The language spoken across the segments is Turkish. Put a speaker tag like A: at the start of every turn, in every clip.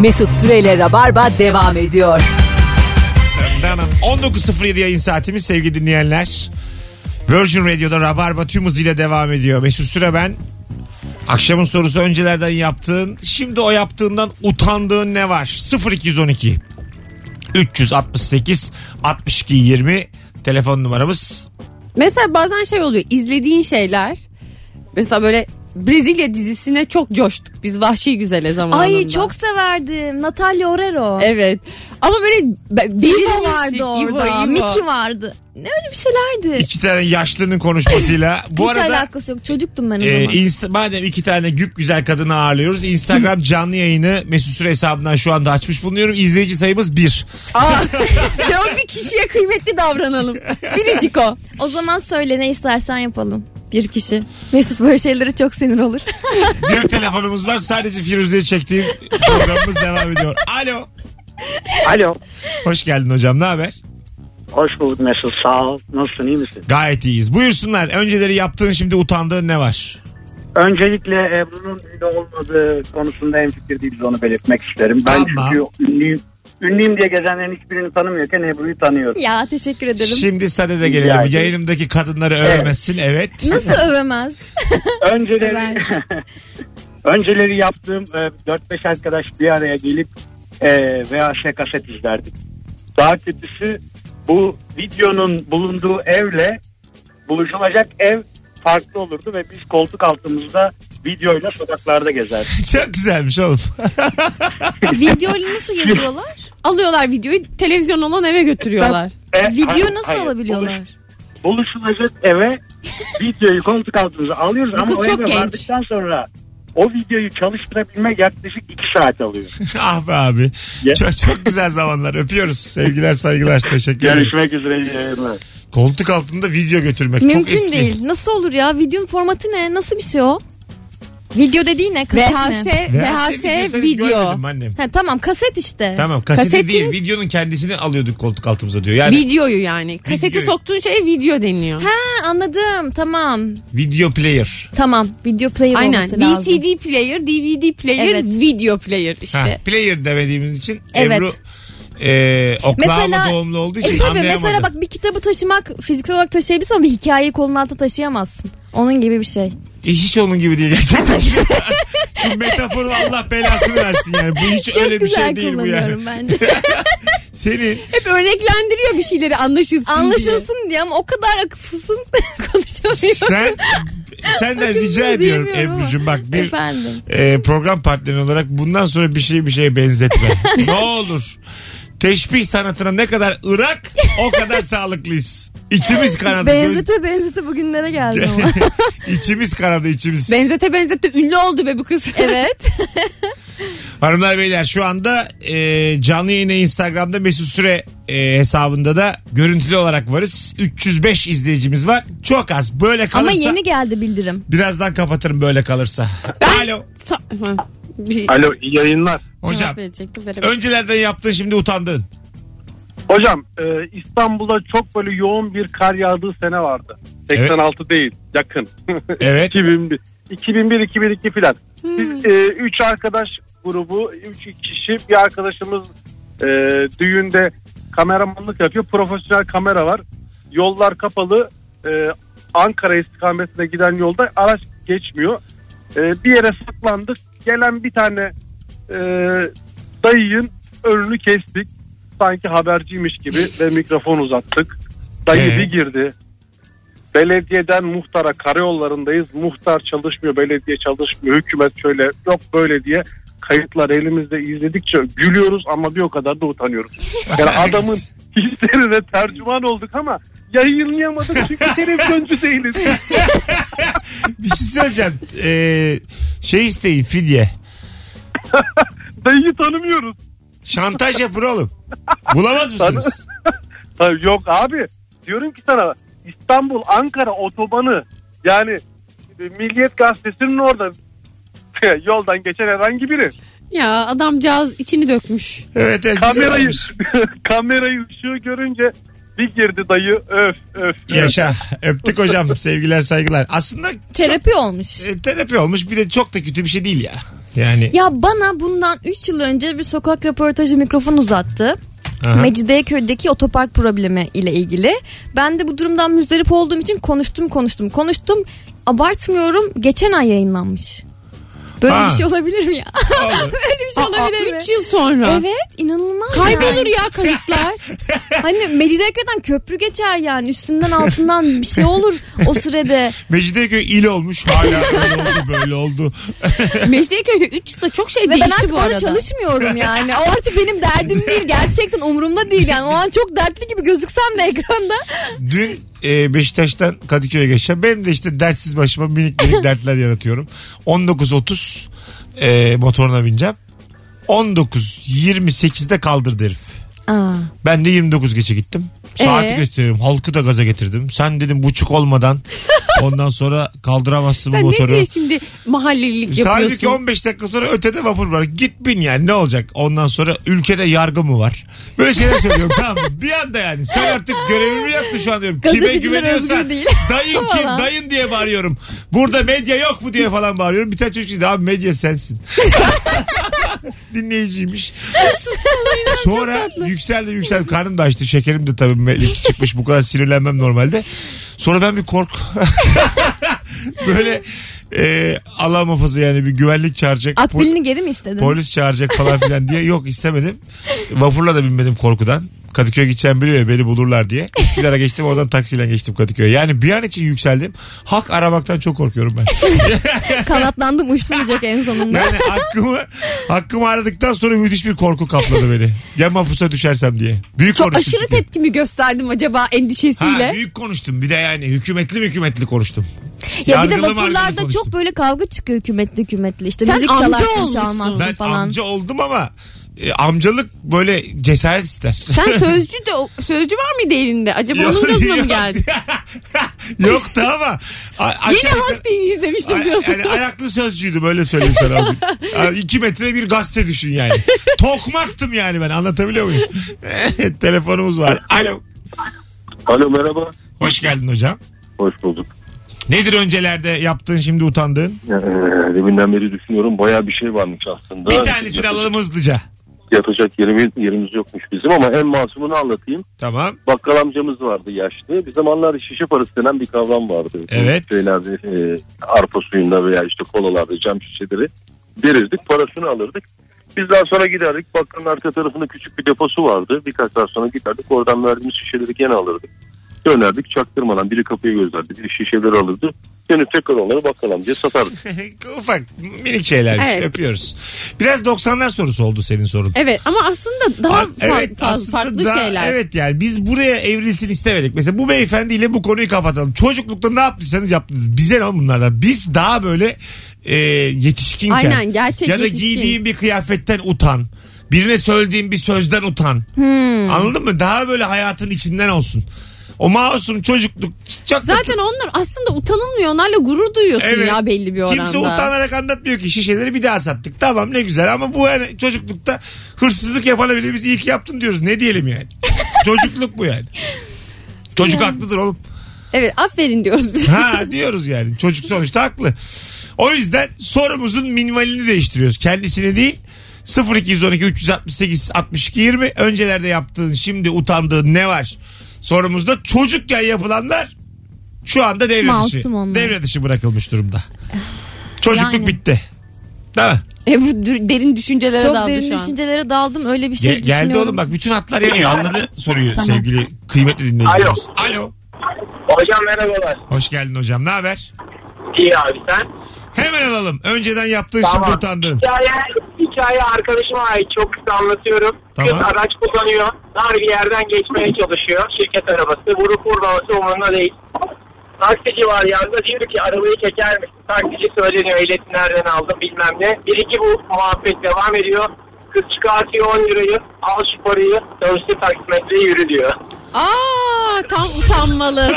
A: Mesut Süreyle Rabarba devam ediyor.
B: 19.07 yayın saatimiz sevgili dinleyenler. Virgin Radio'da Rabarba tüm hızıyla devam ediyor. Mesut Süre ben. Akşamın sorusu öncelerden yaptığın, şimdi o yaptığından utandığın ne var? 0212 368 62 20 telefon numaramız.
C: Mesela bazen şey oluyor izlediğin şeyler mesela böyle Brezilya dizisine çok coştuk biz Vahşi Güzel'e zamanında.
D: Ay çok severdim. Natalia Orero.
C: Evet ama böyle be-
D: İvo
C: delirmiştik.
D: vardı orada.
C: İvo, İvo.
D: Mickey vardı. Ne öyle bir şeylerdi.
B: İki tane yaşlının konuşmasıyla. Bu
D: Hiç
B: arada
D: alakası yok. Çocuktum ben o
B: Ee,
D: zaman.
B: insta- madem iki tane güp güzel kadını ağırlıyoruz. Instagram canlı yayını Mesut Süre hesabından şu anda açmış bulunuyorum. İzleyici sayımız bir.
C: Aa, ya bir kişiye kıymetli davranalım. Biricik o.
D: O zaman söyle ne istersen yapalım. Bir kişi. Mesut böyle şeylere çok sinir olur.
B: Bir telefonumuz var. Sadece Firuze'ye çektiğim programımız devam ediyor. Alo.
E: Alo.
B: Hoş geldin hocam. Ne haber?
E: Hoş bulduk Mesut. Sağ ol. Nasılsın iyi misin?
B: Gayet iyiyiz. Buyursunlar. Önceleri yaptığın şimdi utandığın ne var?
E: Öncelikle Ebru'nun ünlü olmadığı konusunda en fikir değiliz onu belirtmek isterim. Ben
B: Tamam.
E: çünkü ünlüyüm. Ünlüyüm diye gezenlerin hiçbirini tanımıyorken Ebru'yu tanıyorum.
D: ya teşekkür ederim.
B: Şimdi sana da
E: Rica
B: gelelim.
E: ederim.
B: Yayınımdaki kadınları övmesin. Evet.
D: Nasıl övemez?
E: Önceleri, önceleri yaptığım e, 4-5 arkadaş bir araya gelip e, VHS kaset izlerdik. Daha kötüsü bu videonun bulunduğu evle buluşulacak ev farklı olurdu ve biz koltuk altımızda videoyla sokaklarda gezerdik.
B: Çok güzelmiş oğlum.
D: Videoyu nasıl yazıyorlar?
C: Alıyorlar videoyu televizyon olan eve götürüyorlar.
E: E,
D: Video
E: hayır,
D: nasıl
E: hayır.
D: alabiliyorlar?
E: Buluş- buluşulacak eve videoyu koltuk altımıza alıyoruz ama
C: kız
E: o
C: çok
E: eve
C: genç.
E: vardıktan sonra o videoyu çalıştırabilmek yaklaşık 2 saat alıyor.
B: ah be abi.
E: Ya.
B: Çok, çok güzel zamanlar. Öpüyoruz. Sevgiler saygılar. Teşekkür ederiz.
E: Görüşmek üzere. iyi yayınlar.
B: Koltuk altında video götürmek. çok
D: Mümkün
B: eski.
D: değil. Nasıl olur ya? Videonun formatı ne? Nasıl bir şey o? Video dediği ne? Kaset
C: VHS,
D: mi?
C: VHS
B: videosu
C: video.
B: Görmedim annem.
D: Ha, tamam kaset işte.
B: Tamam kaseti
C: Kasetin-
B: değil videonun kendisini alıyorduk koltuk altımıza diyor. Yani
C: Videoyu yani. Kaseti
B: Videoyu.
C: soktuğun şeye video deniliyor.
D: Ha, anladım. Tamam.
B: video player.
D: Tamam. Video player
C: Aynen.
D: olması lazım.
C: VCD player, DVD player,
D: Evet.
C: video player işte.
B: Ha, player demediğimiz için
D: Evet.
B: Ebru e, Oklahoma
D: Mesela-
B: doğumlu olduğu için
D: E tabii
B: anlayamadı.
D: mesela bak bir kitabı taşımak fiziksel olarak taşıyabilirsin ama bir hikayeyi kolun altında taşıyamazsın. Onun gibi bir şey.
B: E, hiç onun gibi değil gerçekten. Şu- Şu metaforu Allah belasını versin yani. Bu hiç
D: Çok
B: öyle bir
D: güzel
B: şey değil bu yani.
D: kullanıyorum bence.
B: Senin
C: Hep örneklendiriyor bir şeyleri anlaşılsın diye.
D: Anlaşılsın diye ama o kadar akılsızsın konuşamıyorum.
B: sen senden
D: Hakkınızı
B: rica ediyorum
D: diyemiyorum ama.
B: Ebru'cum bak bir
D: Efendim.
B: e, program partneri olarak bundan sonra bir şeyi bir şeye benzetme. ne olur. Teşbih sanatına ne kadar ırak o kadar sağlıklıyız. İçimiz kanadı. göz-
D: Benzete benzete bugünlere geldim ama.
B: içimiz kanadı içimiz.
C: Benzete benzete ünlü oldu be bu kız.
D: evet.
B: Hanımlar beyler şu anda e, canlı yayına Instagram'da Mesut Süre e, hesabında da görüntülü olarak varız. 305 izleyicimiz var. Çok az. Böyle kalırsa
D: ama yeni geldi bildirim.
B: birazdan kapatırım böyle kalırsa. Alo.
C: Sa- Ha, bir şey
F: Alo iyi yayınlar.
B: Hocam
C: cevap verecektim, veremedim.
B: öncelerden yaptığın şimdi utandın.
F: Hocam e, İstanbul'da çok böyle yoğun bir kar yağdığı sene vardı. 86 değil yakın.
B: Evet.
F: 2001. 2001 2002 filan. Biz 3 arkadaş grubu 3 kişi bir arkadaşımız e, düğünde kameramanlık yapıyor. Profesyonel kamera var. Yollar kapalı. E, Ankara istikametine giden yolda araç geçmiyor. E, bir yere saklandık. Gelen bir tane e, dayının önünü kestik. Sanki haberciymiş gibi ve mikrofon uzattık. Dayı
B: Ee?
F: bir girdi. Belediyeden muhtara karayollarındayız. Muhtar çalışmıyor, belediye çalışmıyor. Hükümet şöyle yok böyle diye kayıtlar elimizde izledikçe gülüyoruz ama bir o kadar da utanıyoruz. Yani adamın hislerine tercüman olduk ama yayınlayamadık çünkü televizyoncu değiliz.
B: Bir şey söyleyeceğim. Ee, şey isteyin fidye.
F: Dayıyı tanımıyoruz.
B: Şantaj yapın oğlum. Bulamaz mısınız?
F: Tabii yok abi diyorum ki sana İstanbul Ankara otobanı yani e, Milliyet Gazetesi'nin orada yoldan geçen herhangi biri.
C: Ya adamcağız içini dökmüş.
B: Evet, evet güzel
F: kamerayı
B: olmuş.
F: kamerayı ışığı görünce bir girdi dayı öf öf. öf.
B: Yaşa. Öptük hocam. Sevgiler saygılar. Aslında
D: Terapi olmuş.
B: e, terapi olmuş. Bir de çok da kötü bir şey değil ya. Yani
D: Ya bana bundan 3 yıl önce bir sokak röportajı mikrofon uzattı.
B: aha.
D: Mecidiyeköy'deki otopark problemi ile ilgili. Ben de bu durumdan müzdarip olduğum için konuştum konuştum konuştum. Abartmıyorum geçen ay yayınlanmış. Böyle
B: Ha.
D: bir şey olabilir mi ya?
B: Olur.
D: Böyle bir şey olabilir mi?
C: 3 yıl sonra.
D: Evet inanılmaz. yani.
C: Kaybolur ya kayıtlar.
D: Hani Mecidiyeköy'den köprü geçer yani üstünden altından bir şey olur o sürede.
B: Mecidiyeköy il olmuş hala öyle oldu böyle oldu.
C: Mecidiyeköy'de 3 yılda çok şey
D: Ve ben
C: değişti
D: artık
C: bu
D: orada
C: arada.
D: çalışmıyorum yani. O artık benim derdim değil. Gerçekten umurumda değil yani. O an çok dertli gibi gözüksem de ekranda.
B: Dün e, Beşiktaş'tan Kadıköy'e geçeceğim. Benim de işte dertsiz başıma minik minik dertler yaratıyorum. 19.30 e, motoruna bineceğim. 19.28'de kaldırdı herif.
D: Aa.
B: Ben de 29 geçe gittim. Saati
D: Ee?
B: gösteriyorum. Halkı da gaza getirdim. Sen dedim buçuk olmadan ondan sonra kaldıramazsın bu
C: Sen ne
B: motoru.
C: diye şimdi mahallelik
B: Halbuki
C: yapıyorsun?
B: 15 dakika sonra ötede vapur var. Git bin yani ne olacak? Ondan sonra ülkede yargı mı var? Böyle şeyler söylüyorum tamam mı? Bir anda yani. Sen artık görevimi yaptın şu an diyorum. Kime
D: Gazeteciler
B: güveniyorsan
D: özgür değil.
B: dayın kim
D: Vallahi.
B: dayın diye bağırıyorum. Burada medya yok mu diye falan bağırıyorum. Bir tane çocuk şey dedi abi medya sensin. Dinleyiciymiş. Sonra yükseldi yükseldi. Karnım da açtı. Şekerim de tabii me- çıkmış. Bu kadar sinirlenmem normalde. Sonra ben bir kork. Böyle e, Allah muhafaza yani bir güvenlik çağıracak. pol-
D: Akbilini geri mi istedin?
B: polis çağıracak falan filan diye. Yok istemedim. Vapurla da binmedim korkudan. Kadıköy'e gideceğim biliyor ya, beni bulurlar diye. Üsküdar'a geçtim oradan taksiyle geçtim Kadıköy'e. Yani bir an için yükseldim. Hak aramaktan çok korkuyorum ben.
D: Kanatlandım uçtumayacak en sonunda.
B: Yani hakkımı, hakkımı aradıktan sonra müthiş bir korku kapladı beni. Ya mapusa düşersem diye. Büyük
C: Çok
B: konuştum
C: aşırı
B: çünkü.
C: tepkimi gösterdim acaba endişesiyle.
B: Ha, büyük konuştum. Bir de yani hükümetli hükümetli konuştum.
D: ya bir de
B: Yargılı margılı
D: vapurlarda
B: konuştum.
D: çok böyle kavga çıkıyor hükümetli hükümetli. İşte
C: Sen
D: müzik
C: amca
D: çalarsın
C: olmuşsun.
D: çalmazsın
B: Ben
D: falan.
B: amca oldum ama e, amcalık böyle cesaret ister.
C: Sen sözcü de sözcü var mıydı elinde? Acaba
B: Yok,
C: onun gazına mı
B: yok.
C: geldi?
B: Yoktu ama. A-
C: Yine
B: aşağı-
C: Halk TV izlemiştim diyorsun.
B: yani ayaklı sözcüydü böyle söyleyeyim sana. abi. Yani iki metre bir gazete düşün yani. Tokmaktım yani ben anlatabiliyor muyum? Telefonumuz var. Alo.
E: Alo merhaba.
B: Hoş geldin hocam.
E: Hoş bulduk.
B: Nedir öncelerde yaptığın şimdi utandığın?
E: Ee, deminden beri düşünüyorum bayağı bir şey varmış aslında.
B: Bir tanesini alalım hızlıca.
E: Yatacak yerimiz, yerimiz yokmuş bizim ama en masumunu anlatayım.
B: Tamam.
E: bakkal amcamız vardı yaşlı. Bir zamanlar şişe parası denen bir kavram vardı.
B: Evet.
E: Şeylerde, e, arpa suyunda veya işte kolalarda cam şişeleri verirdik parasını alırdık. Biz daha sonra giderdik bakkalın arka tarafında küçük bir deposu vardı. Birkaç saat sonra giderdik oradan verdiğimiz şişeleri gene alırdık. Dönerdik çaktırmadan biri kapıyı gözlerdi biri şişeleri alırdı. Dönüp tekrar onları bakkal amcaya satardık.
B: Ufak minik şeyler şey,
C: Evet.
B: öpüyoruz. Biraz 90'lar sorusu oldu senin sorun.
C: Evet ama aslında daha
B: A-
C: fa-
B: evet,
C: fa-
B: aslında
C: farklı
B: daha-
C: şeyler.
B: Evet yani biz buraya evrilsin istemedik. Mesela bu beyefendiyle bu konuyu kapatalım. Çocuklukta ne yaptıysanız yaptınız. Bize ne oğlum bunlardan? Biz daha böyle e, yetişkinken.
C: Aynen, gerçek
B: Ya da
C: yetişkin.
B: giydiğin bir kıyafetten utan. Birine söylediğin bir sözden utan.
C: Hmm.
B: Anladın mı? Daha böyle hayatın içinden olsun. O masum çocukluk çok
C: Zaten onlar aslında utanılmıyor. Onlarla gurur duyuyorsun
B: Evet.
C: ya belli bir oranda.
B: Kimse utanarak anlatmıyor ki şişeleri bir daha sattık. Tamam ne güzel ama bu yani çocuklukta hırsızlık yapana bile biz iyi ki yaptın diyoruz. Ne diyelim yani? Çocukluk bu yani. Çocuk haklıdır oğlum.
C: Evet aferin diyoruz biz.
B: Ha diyoruz yani. Çocuk sonuçta haklı. O yüzden sorumuzun minimalini değiştiriyoruz. Kendisini değil. 0212 368 62 20 öncelerde yaptığın şimdi utandığın ne var? Sorumuzda çocukken yapılanlar şu anda devre dışı.
D: Masum onlar.
B: Devre dışı bırakılmış durumda. Çocukluk
D: Yani.
B: bitti. Değil mi?
C: Ebru dür- derin düşüncelere
D: Çok
C: daldı
D: derin
C: şu an.
D: düşüncelere daldım öyle bir şey
B: Ge- geldi
D: düşünüyorum.
B: oğlum bak bütün hatlar yanıyor anladı soruyu sevgili kıymetli dinleyicilerimiz. Alo.
G: Hocam merhabalar.
B: Hoş geldin hocam ne haber?
G: İyi abi sen?
B: Hemen alalım önceden yaptığın şimdi utandığın.
G: Hikaye, hikaye arkadaşıma ait çok kısa anlatıyorum.
B: Tamam.
G: Kız araç kullanıyor. Dar bir yerden geçmeye çalışıyor. Şirket arabası. Vurup vurmaması umurunda değil. Taksici var yanında diyor ki arabayı çeker misin? Taksici söyleniyor ehliyeti nereden aldım bilmem ne. Bir iki bu muhabbet devam ediyor. Kız çıkartıyor 10 lirayı. Al şu parayı. Dönüşte taksimetreye yürü diyor.
C: Aa tam utanmalı.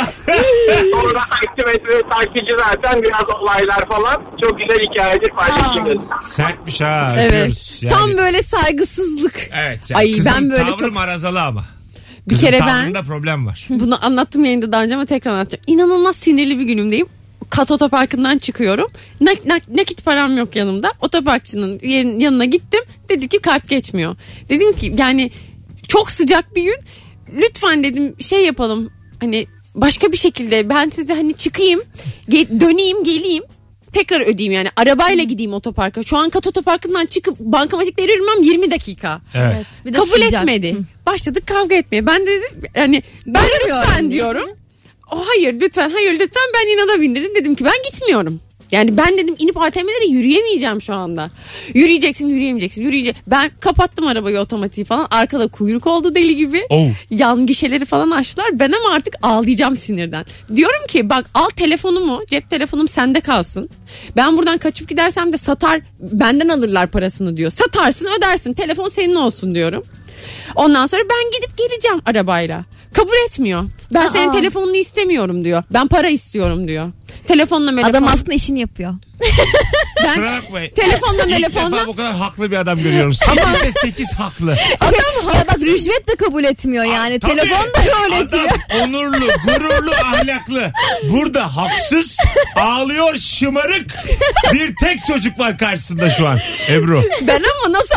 G: Sonra taksimetre taksici zaten biraz olaylar falan. Çok güzel hikayedir paylaşayım dedim.
B: Sertmiş ha.
C: evet.
B: öpüyoruz yani.
C: Tam böyle saygısızlık.
B: Evet.
C: Ay ben böyle
B: tavrı
C: çok-
B: marazalı ama.
C: Bir
B: Kızın
C: kere ben-
B: tavrında problem var.
C: Bunu anlattım yayında daha önce ama tekrar anlatacağım. İnanılmaz sinirli bir günümdeyim. kat otoparkından çıkıyorum. Nak, nak, nakit param yok yanımda. Otoparkçının yerin, yanına gittim. Dedi ki kart geçmiyor. Dedim ki yani çok sıcak bir gün. Lütfen dedim şey yapalım. Hani başka bir şekilde ben size hani çıkayım. ge- döneyim geleyim. Tekrar ödeyeyim yani. Arabayla gideyim otoparka. Şu an kat otoparkından çıkıp bankamatikleri yürümem 20 dakika.
B: Evet.
D: Bir de
C: Kabul
D: sıcak.
C: etmedi. Başladık kavga etmeye. Ben de dedim yani ben lütfen diyorum. O hayır lütfen hayır lütfen ben inada bin dedim. Dedim ki ben gitmiyorum. Yani ben dedim inip ATM'lere yürüyemeyeceğim şu anda. Yürüyeceksin yürüyemeyeceksin yürüyecek. Ben kapattım arabayı otomatiği falan. Arkada kuyruk oldu deli gibi.
B: Oh.
C: Yan gişeleri falan açtılar. Ben ama artık ağlayacağım sinirden. Diyorum ki bak al telefonumu cep telefonum sende kalsın. Ben buradan kaçıp gidersem de satar benden alırlar parasını diyor. Satarsın ödersin telefon senin olsun diyorum. Ondan sonra ben gidip geleceğim arabayla. Kabul etmiyor. Ben senin
D: Aa.
C: telefonunu istemiyorum diyor. Ben para istiyorum diyor. Telefonla melefon.
D: Adam aslında işini yapıyor.
B: Kusura bakmayın.
C: Telefonla
B: İlk
C: telefonla.
B: defa bu kadar haklı bir adam görüyorum. 8'de 8 haklı.
D: ya bak rüşvet de kabul etmiyor
C: E,
D: yani.
B: Tabii.
D: Telefon da öğretiyor.
B: Adam onurlu, gururlu, ahlaklı. Burada haksız, ağlıyor, şımarık bir tek çocuk var karşısında şu an. Ebru.
C: Ben ama nasıl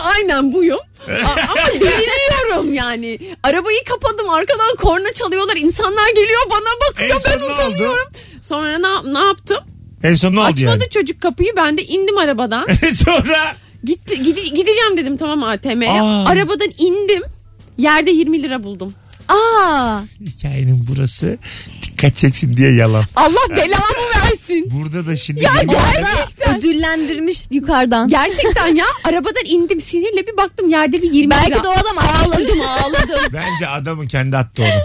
C: aynen buyum. A- ama deliriyorum yani. Arabayı kapadım arkadan korna çalıyorlar. İnsanlar geliyor bana
B: En
C: bakıyor
B: son
C: ben
B: ne oldu?
C: utanıyorum. Sonra ne, ne yaptım?
B: En son ne oldu
C: Açmadı
B: yani?
C: çocuk kapıyı ben de indim arabadan.
B: Sonra
C: Gitti, gide- gideceğim dedim tamam ATM'ye.
B: Aa.
C: Arabadan indim. Yerde 20 lira buldum.
D: Aa.
B: hikayenin burası dikkat çeksin diye yalan.
C: Allah belamı versin.
B: Burada da şimdi
C: Ya
B: yirmi-
C: gerçekten.
D: Ödüllendirmiş yukarıdan.
C: Gerçekten ya arabadan indim sinirle bir baktım yerde bir 20 lira.
D: Belki de o adam ağladı.
C: ağladım ağladım.
B: Bence adamın kendi attı onu.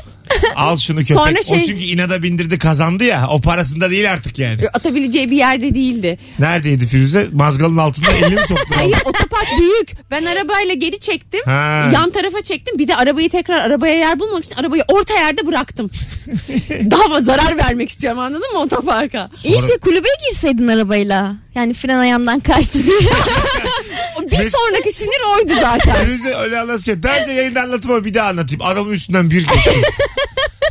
B: Al şunu köpek.
C: Sonra
B: O
C: şey-
B: çünkü inada bindirdi kazandı ya. O parasında değil artık yani.
C: Atabileceği bir yerde değildi.
B: Neredeydi Firuze? Mazgalın altında elini mi soktu?
C: Hayır otopark büyük. Ben arabayla geri çektim.
B: Ha.
C: Yan tarafa çektim. Bir de arabayı tekrar arabaya yer bulmak için arabayı orta yerde bıraktım. Daha zarar vermek istiyorum anladın mı otoparka?
D: İyi şey kulübe girseydin arabayla. Yani fren ayağımdan kaçtı diye.
C: Bir sonraki sinir oydu zaten.
B: Firuze öyle anlatıyor. Bence yayında anlatma bir daha anlatayım. Adamın üstünden bir geçti.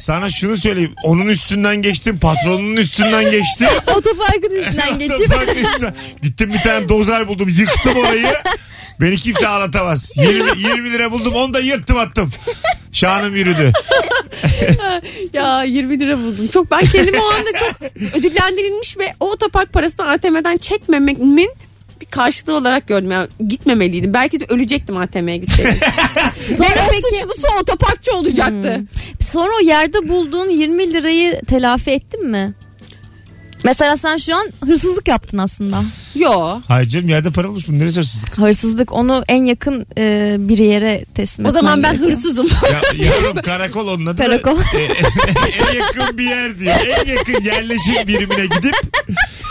B: Sana şunu söyleyeyim. Onun üstünden geçtim. Patronunun üstünden geçtim.
D: Otoparkın üstünden geçip.
B: Bak üstünden. Gittim bir tane dozer buldum. Yıktım orayı. Beni kimse ağlatamaz. 20, 20 lira buldum. Onu da yırttım attım. Şanım yürüdü.
C: Ya 20 lira buldum. Çok ben kendimi o anda çok ödüllendirilmiş ve o otopark parasını ATM'den çekmememin bir karşılığı olarak gördüm. Yani gitmemeliydim. Belki de ölecektim ATM'ye gitseydim. Sonra Hmm. suçlusu otoparkçı olacaktı.
D: Sonra o yerde bulduğun 20 lirayı telafi ettin mi? Mesela sen şu an hırsızlık yaptın aslında.
C: Yo.
B: Hayır canım yerde para bulmuş. Bu neresi hırsızlık?
D: Hırsızlık onu en yakın e, bir yere teslim
C: O zaman ben
D: gerekiyor.
C: hırsızım.
B: Ya, yavrum karakol onun adı. da-
D: Karakol.
B: en yakın bir yer diyor. En yakın yerleşim birimine gidip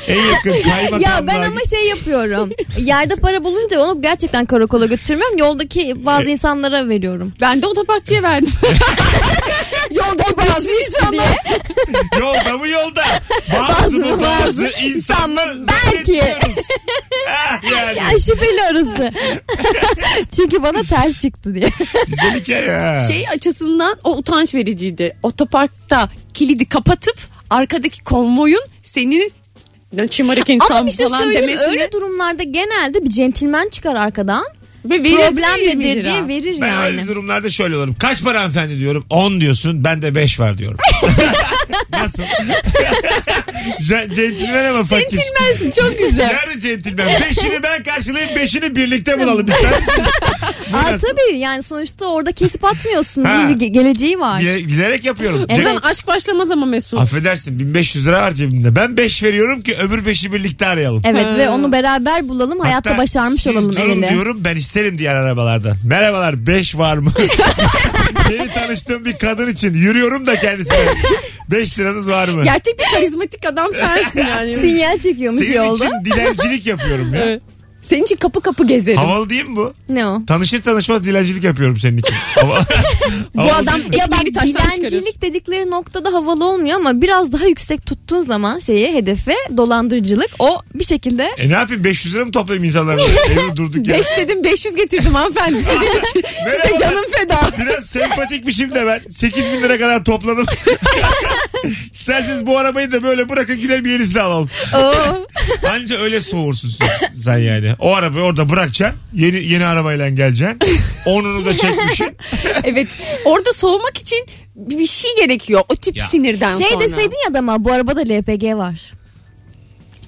B: en yakın kaymakamlığa
D: Ya ben ama
B: gidip-
D: şey yapıyorum. Yerde para bulunca onu gerçekten karakola götürmüyorum. Yoldaki bazı insanlara veriyorum.
C: Ben de otoparkçıya verdim. Yolda bazı insanlar.
B: Yolda mı yolda? Bazı mı bazı insanlar
D: Belki.
B: zannediyoruz. Ah, yani.
D: Ya şüpheli arası. Çünkü bana ters çıktı diye.
B: Güzel hikaye ha.
C: Şey açısından o utanç vericiydi. Otoparkta kilidi kapatıp arkadaki konvoyun seni "Lan şımarık insan
D: Ama bir şey
C: falan
D: söyleyeyim
C: demesini.
D: öyle durumlarda genelde bir centilmen çıkar arkadan.
C: Ve verirdi
D: Problem
C: 20
D: nedir
C: lira.
D: diye verir
B: ben
D: yani.
B: öyle durumlarda şöyle olurum. Kaç para hanımefendi diyorum. 10 diyorsun. Ben de 5 var diyorum. Nasıl? Ce- Centilmen ama fakir.
C: Centilmensin
B: şey
C: çok güzel.
B: Yarı centilmen. 5'ini ben karşılayayım. 5'ini birlikte bulalım. İster misin? Bu
D: Aa,
B: nasıl?
D: tabii yani sonuçta orada kesip atmıyorsun.
B: Ha.
D: İyi bir ge- geleceği var.
B: Bile- bilerek yapıyorum.
D: Evet.
B: Ce-
C: Lan aşk başlamaz ama Mesut.
B: Affedersin 1500 lira var cebimde. Ben 5 veriyorum ki öbür 5'i birlikte arayalım.
D: Evet
C: Ha.
D: ve onu beraber bulalım. E, hayatta
B: Hatta
D: başarmış
B: siz
D: olalım
B: durun
D: eliyle.
B: diyorum ben isterim diğer arabalarda. Merhabalar 5 var mı? Yeni tanıştığım bir kadın için yürüyorum da kendisine. 5 liranız var mı?
C: Gerçek bir karizmatik adam sensin yani.
D: Sinyal çekiyormuş
B: Senin
D: yolda.
B: için dilencilik yapıyorum ya.
C: Evet. Senin için kapı kapı gezerim.
B: Havalı değil mi bu?
D: Ne o?
B: Tanışır tanışmaz dilencilik yapıyorum senin için. Hava-
C: Bu
B: Havalı
C: adam
B: değil mi?
D: Ya bak
C: ekmeğini taştan çıkarır.
D: dilencilik dedikleri noktada havalı olmuyor ama biraz daha yüksek tuttuğun zaman şeyi hedefi dolandırıcılık o bir şekilde
B: E ne yapayım 500 lira mı toplayayım insanlarla? Evde durduk ya.
C: 5 dedim 500 getirdim hanımefendi. Sizin için.
B: Merhaba.
C: Size canım feda.
B: Biraz sempatikmişim de ben. 8 bin lira kadar topladım. İsterseniz bu arabayı da böyle bırakın gidelim yenisini alalım.
D: Oo.
B: Anca öyle soğursun sen- sen yani. O arabayı orada bırakacaksın. Yeni yeni arabayla geleceksin. Onunu da çekmişsin.
C: evet. Orada soğumak için bir bir şey gerekiyor. O tip
B: Ya.
C: sinirden
D: Şey
C: sonra.
D: deseydin ya adama bu arabada LPG var.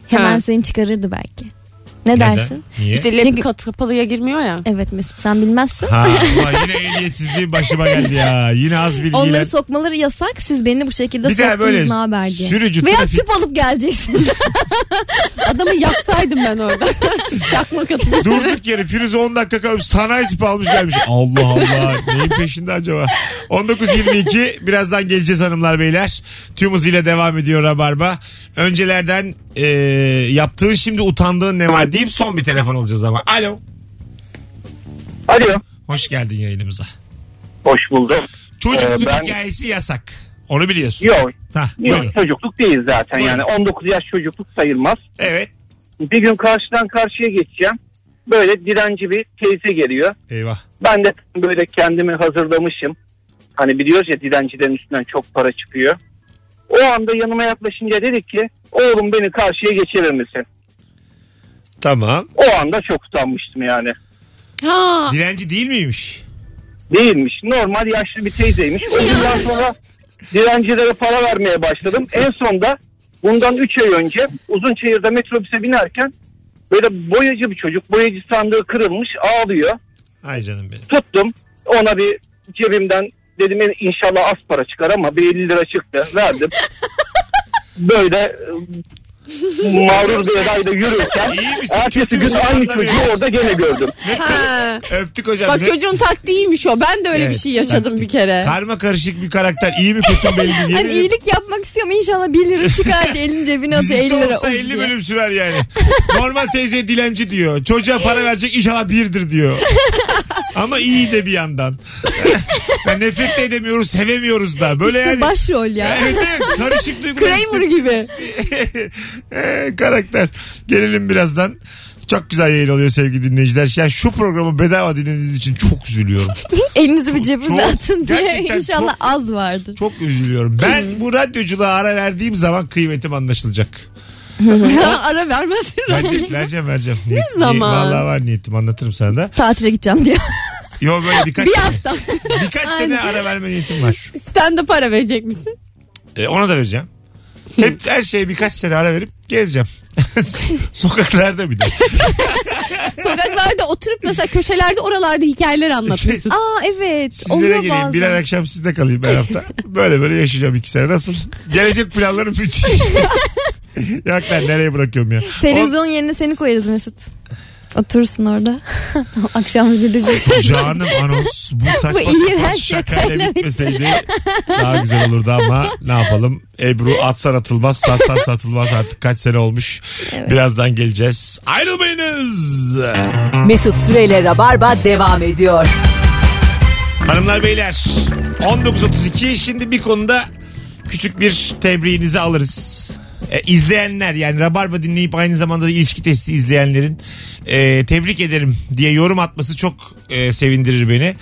C: Ha.
D: Hemen seni çıkarırdı belki. Ne
B: Neden?
D: dersin?
B: Niye?
C: İşte lep
D: Çünkü-
C: kat- kapalıya girmiyor ya.
D: Evet Mesut sen bilmezsin.
B: Ha, ulan yine ehliyetsizliğin başıma geldi ya. Yine az bilgiyle.
D: Onları sokmaları yasak. Siz beni bu şekilde
B: Bir de böyle
D: soktunuz ne haber diye.
B: sürücü
D: Veya
B: trafik-
D: tüp alıp geleceksin.
C: Adamı yaksaydım ben orada. Çakmak atmış.
B: Durduk yere Firuze 10 dakika kalmış sanayi tüpü almış gelmiş. Allah Allah neyin peşinde acaba? 19.22 birazdan geleceğiz hanımlar beyler. Tüm hızıyla devam ediyor Rabarba. Öncelerden e, yaptığın şimdi utandığın ne var deyip son bir telefon alacağız ama. Alo.
E: Alo.
B: Hoş geldin yayınımıza.
E: Hoş bulduk.
B: Çocukluk
E: Ee, ben-
B: hikayesi yasak. Onu biliyorsun.
E: Yok.
B: Hah,
E: Yok
B: buyurun.
E: çocukluk değil zaten
B: Buyurun.
E: yani 19 yaş çocukluk sayılmaz.
B: Evet.
E: Bir gün karşıdan karşıya geçeceğim. Böyle direnci bir teyze geliyor.
B: Eyvah.
E: Ben de böyle kendimi hazırlamışım. Hani biliyoruz ya dilencilerin üstünden çok para çıkıyor. O anda yanıma yaklaşınca dedik ki oğlum beni karşıya geçirir misin?
B: Tamam.
E: O anda çok utanmıştım yani.
C: Ha.
B: Dilenci değil miymiş?
E: Değilmiş. Normal yaşlı bir teyzeymiş. O günden sonra dilencilere para vermeye başladım. En sonda bundan 3 ay önce Uzunçayır'da metrobüse binerken böyle boyacı bir çocuk. Boyacı sandığı kırılmış ağlıyor.
B: Ay canım benim.
E: Tuttum ona bir cebimden dedim inşallah az para çıkar ama bir 50 lira çıktı verdim. Böyle e, mağrur bir adayla yürürken
B: İyi misin?
E: ertesi
B: Kötü
E: gün
B: müsün?
E: aynı çocuğu orada gene gördüm.
C: ha.
B: Öptük hocam.
C: Bak
B: Ne-
C: çocuğun taktiğiymiş o. Ben de öyle
B: Evet,
C: bir şey yaşadım
B: taktik.
C: bir kere.
B: Karma karışık bir karakter. İyi mi kötü mü belli değil. Yemin
D: hani
B: ederim.
D: iyilik yapmak istiyorum inşallah 1 lira çıkar diye elin cebine atıyor 50
B: Dizisi
D: lira.
B: olsa
D: of
B: 50
D: diye.
B: bölüm sürer yani. Normal teyze dilenci diyor. Çocuğa para verecek inşallah birdir diyor. Ama iyi de bir yandan. Yani nefret de edemiyoruz, sevemiyoruz da. Böyle
D: İşte
B: yani.
D: başrol ya.
B: Evet evet karışık duygular.
C: Kramer gibi.
B: Ee, karakter. Gelelim birazdan. Çok güzel yayın oluyor sevgili dinleyiciler. Yani şu programı bedava dinlediğiniz için çok üzülüyorum.
D: Elinizi bir
B: çok-
D: cebime atın diye
B: gerçekten
D: inşallah
B: çok-
D: az vardır.
B: Çok üzülüyorum. Ben bu radyoculuğa ara verdiğim zaman kıymetim anlaşılacak.
C: Ara vermesin.
B: Vereceğim vereceğim. vereceğim. Niyet- niyet-
C: zaman?
B: Vallahi var niyetim anlatırım sana da.
D: Tatile gideceğim diyor.
B: Yo böyle birkaç
C: bir
B: sene,
C: hafta.
B: birkaç sene ara verme niyetim var.
C: Stand up para verecek misin?
B: E, ona da vereceğim. Hep her şeye birkaç sene ara verip gezeceğim. Sokaklarda bir de.
C: Sokaklarda oturup mesela köşelerde oralarda hikayeler anlatıyorsun.
D: Aa evet.
B: Sizlere
D: oluyor
B: geleyim.
D: bazen.
B: Birer akşam sizde kalayım her hafta. Böyle böyle yaşayacağım iki sene. Nasıl? Gelecek planlarım müthiş. Yok ben nereye bırakıyorum ya?
D: Televizyon yerine seni koyarız Mesut. Oturursun orada. Akşam güldürecek.
B: O canım anons bu saçma sapan
D: iğrenç
B: şakayla
D: şakayla
B: bitmeseydi daha güzel olurdu ama ne yapalım. Ebru atsan atılmaz satsan satılmaz artık kaç sene olmuş. Birazdan geleceğiz. Ayrılmayınız.
A: Mesut Süreyle Rabarba devam ediyor.
B: Hanımlar beyler 19.32 şimdi bir konuda küçük bir tebriğinizi alırız. E, izleyenler yani Rabarba dinleyip aynı zamanda da ilişki testi izleyenlerin e, tebrik ederim diye yorum atması çok e, sevindirir beni.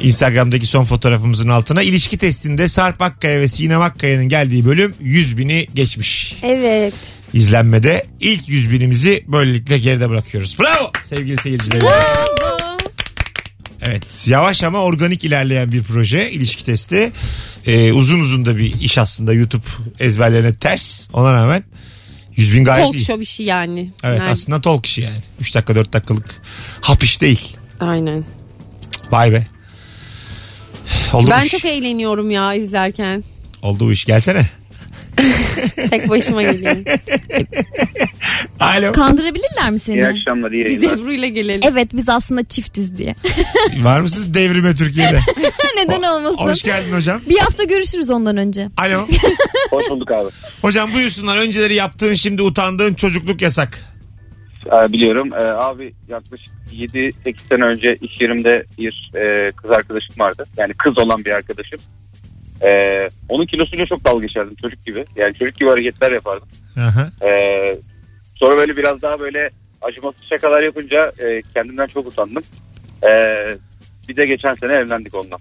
B: Instagram'daki son fotoğrafımızın altına ilişki testinde Sarp Akkaya ve Sinem Akkaya'nın geldiği bölüm 100 bini geçmiş
D: evet.
B: izlenmede. İlk 100 binimizi böylelikle geride bırakıyoruz. Bravo sevgili seyircilerim. Evet yavaş ama organik ilerleyen bir proje ilişki testi. Ee, uzun uzun da bir iş aslında YouTube ezberlerine ters ona rağmen 100 bin gayet
C: Talk
B: iyi.
C: show işi yani.
B: Evet
C: yani.
B: aslında talk işi yani. 3 dakika 4 dakikalık hap iş değil.
C: Aynen.
B: Vay be. Oldu bu
C: Ben
B: iş.
C: çok e- eğleniyorum ya izlerken.
B: Oldu bu iş gelsene.
C: Tek başıma geliyorum.
B: Alo.
D: Kandırabilirler mi seni?
E: akşamlar iyi
C: Biz Ebru'yla gelelim.
D: Evet biz aslında çiftiz diye.
B: Var mısınız devrime Türkiye'de?
D: Neden olmasın?
B: Hoş geldin hocam.
D: Bir hafta görüşürüz ondan önce.
B: Alo.
E: Hoş bulduk abi.
B: Hocam buyursunlar. Önceleri yaptığın şimdi utandığın çocukluk yasak.
E: Ee, biliyorum. Ee, abi yaklaşık 7-8 sene önce iş yerimde bir e, kız arkadaşım vardı. Yani kız olan bir arkadaşım. Ee, onun kilosuyla çok dalga geçerdim çocuk gibi. Yani çocuk gibi hareketler yapardım.
B: Aha.
E: Ee, sonra böyle biraz daha böyle acımasız şakalar yapınca e, kendimden çok utandım. Ee,
H: Bir de geçen sene evlendik ondan.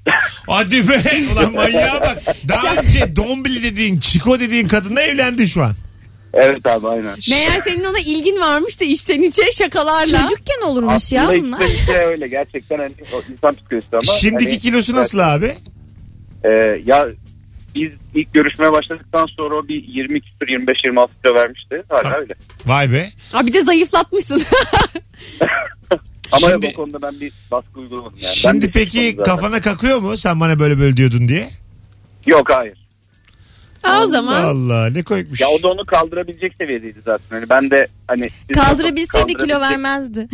B: Hadi be. Ulan manyağa bak. Daha önce Dombili dediğin, Çiko dediğin kadınla evlendi şu an.
H: evet abi aynen.
C: Meğer senin ona ilgin varmış da içten içe şakalarla.
D: Çocukken olurmuş ya
H: Aslında
D: bunlar.
H: işte bir şey öyle gerçekten hani o insan psikolojisi ama.
B: Şimdiki
H: hani-
B: kilosu nasıl abi?
H: Ee, ya biz ilk görüşmeye başladıktan sonra o bir 20 küsur 25 26 kilo vermişti. Hala
B: Ha.
H: öyle.
B: Vay be.
C: Aa, bir de zayıflatmışsın.
H: Ama
B: Şimdi-
H: bu konuda ben bir baskı uygulamadım yani. Ben
B: Şimdi
H: de
B: peki
H: şaşırdım zaten.
B: kafana kakıyor mu sen bana böyle böyle diyordun diye?
H: Yok hayır.
C: ha, o zaman
B: Allah ne koymuş.
H: Ya o da onu kaldırabilecek seviyedeydi zaten. Hani ben de hani siz
D: Kaldırabilseydi
H: nasıl
D: kilo
H: kaldırabilecek-
D: vermezdi.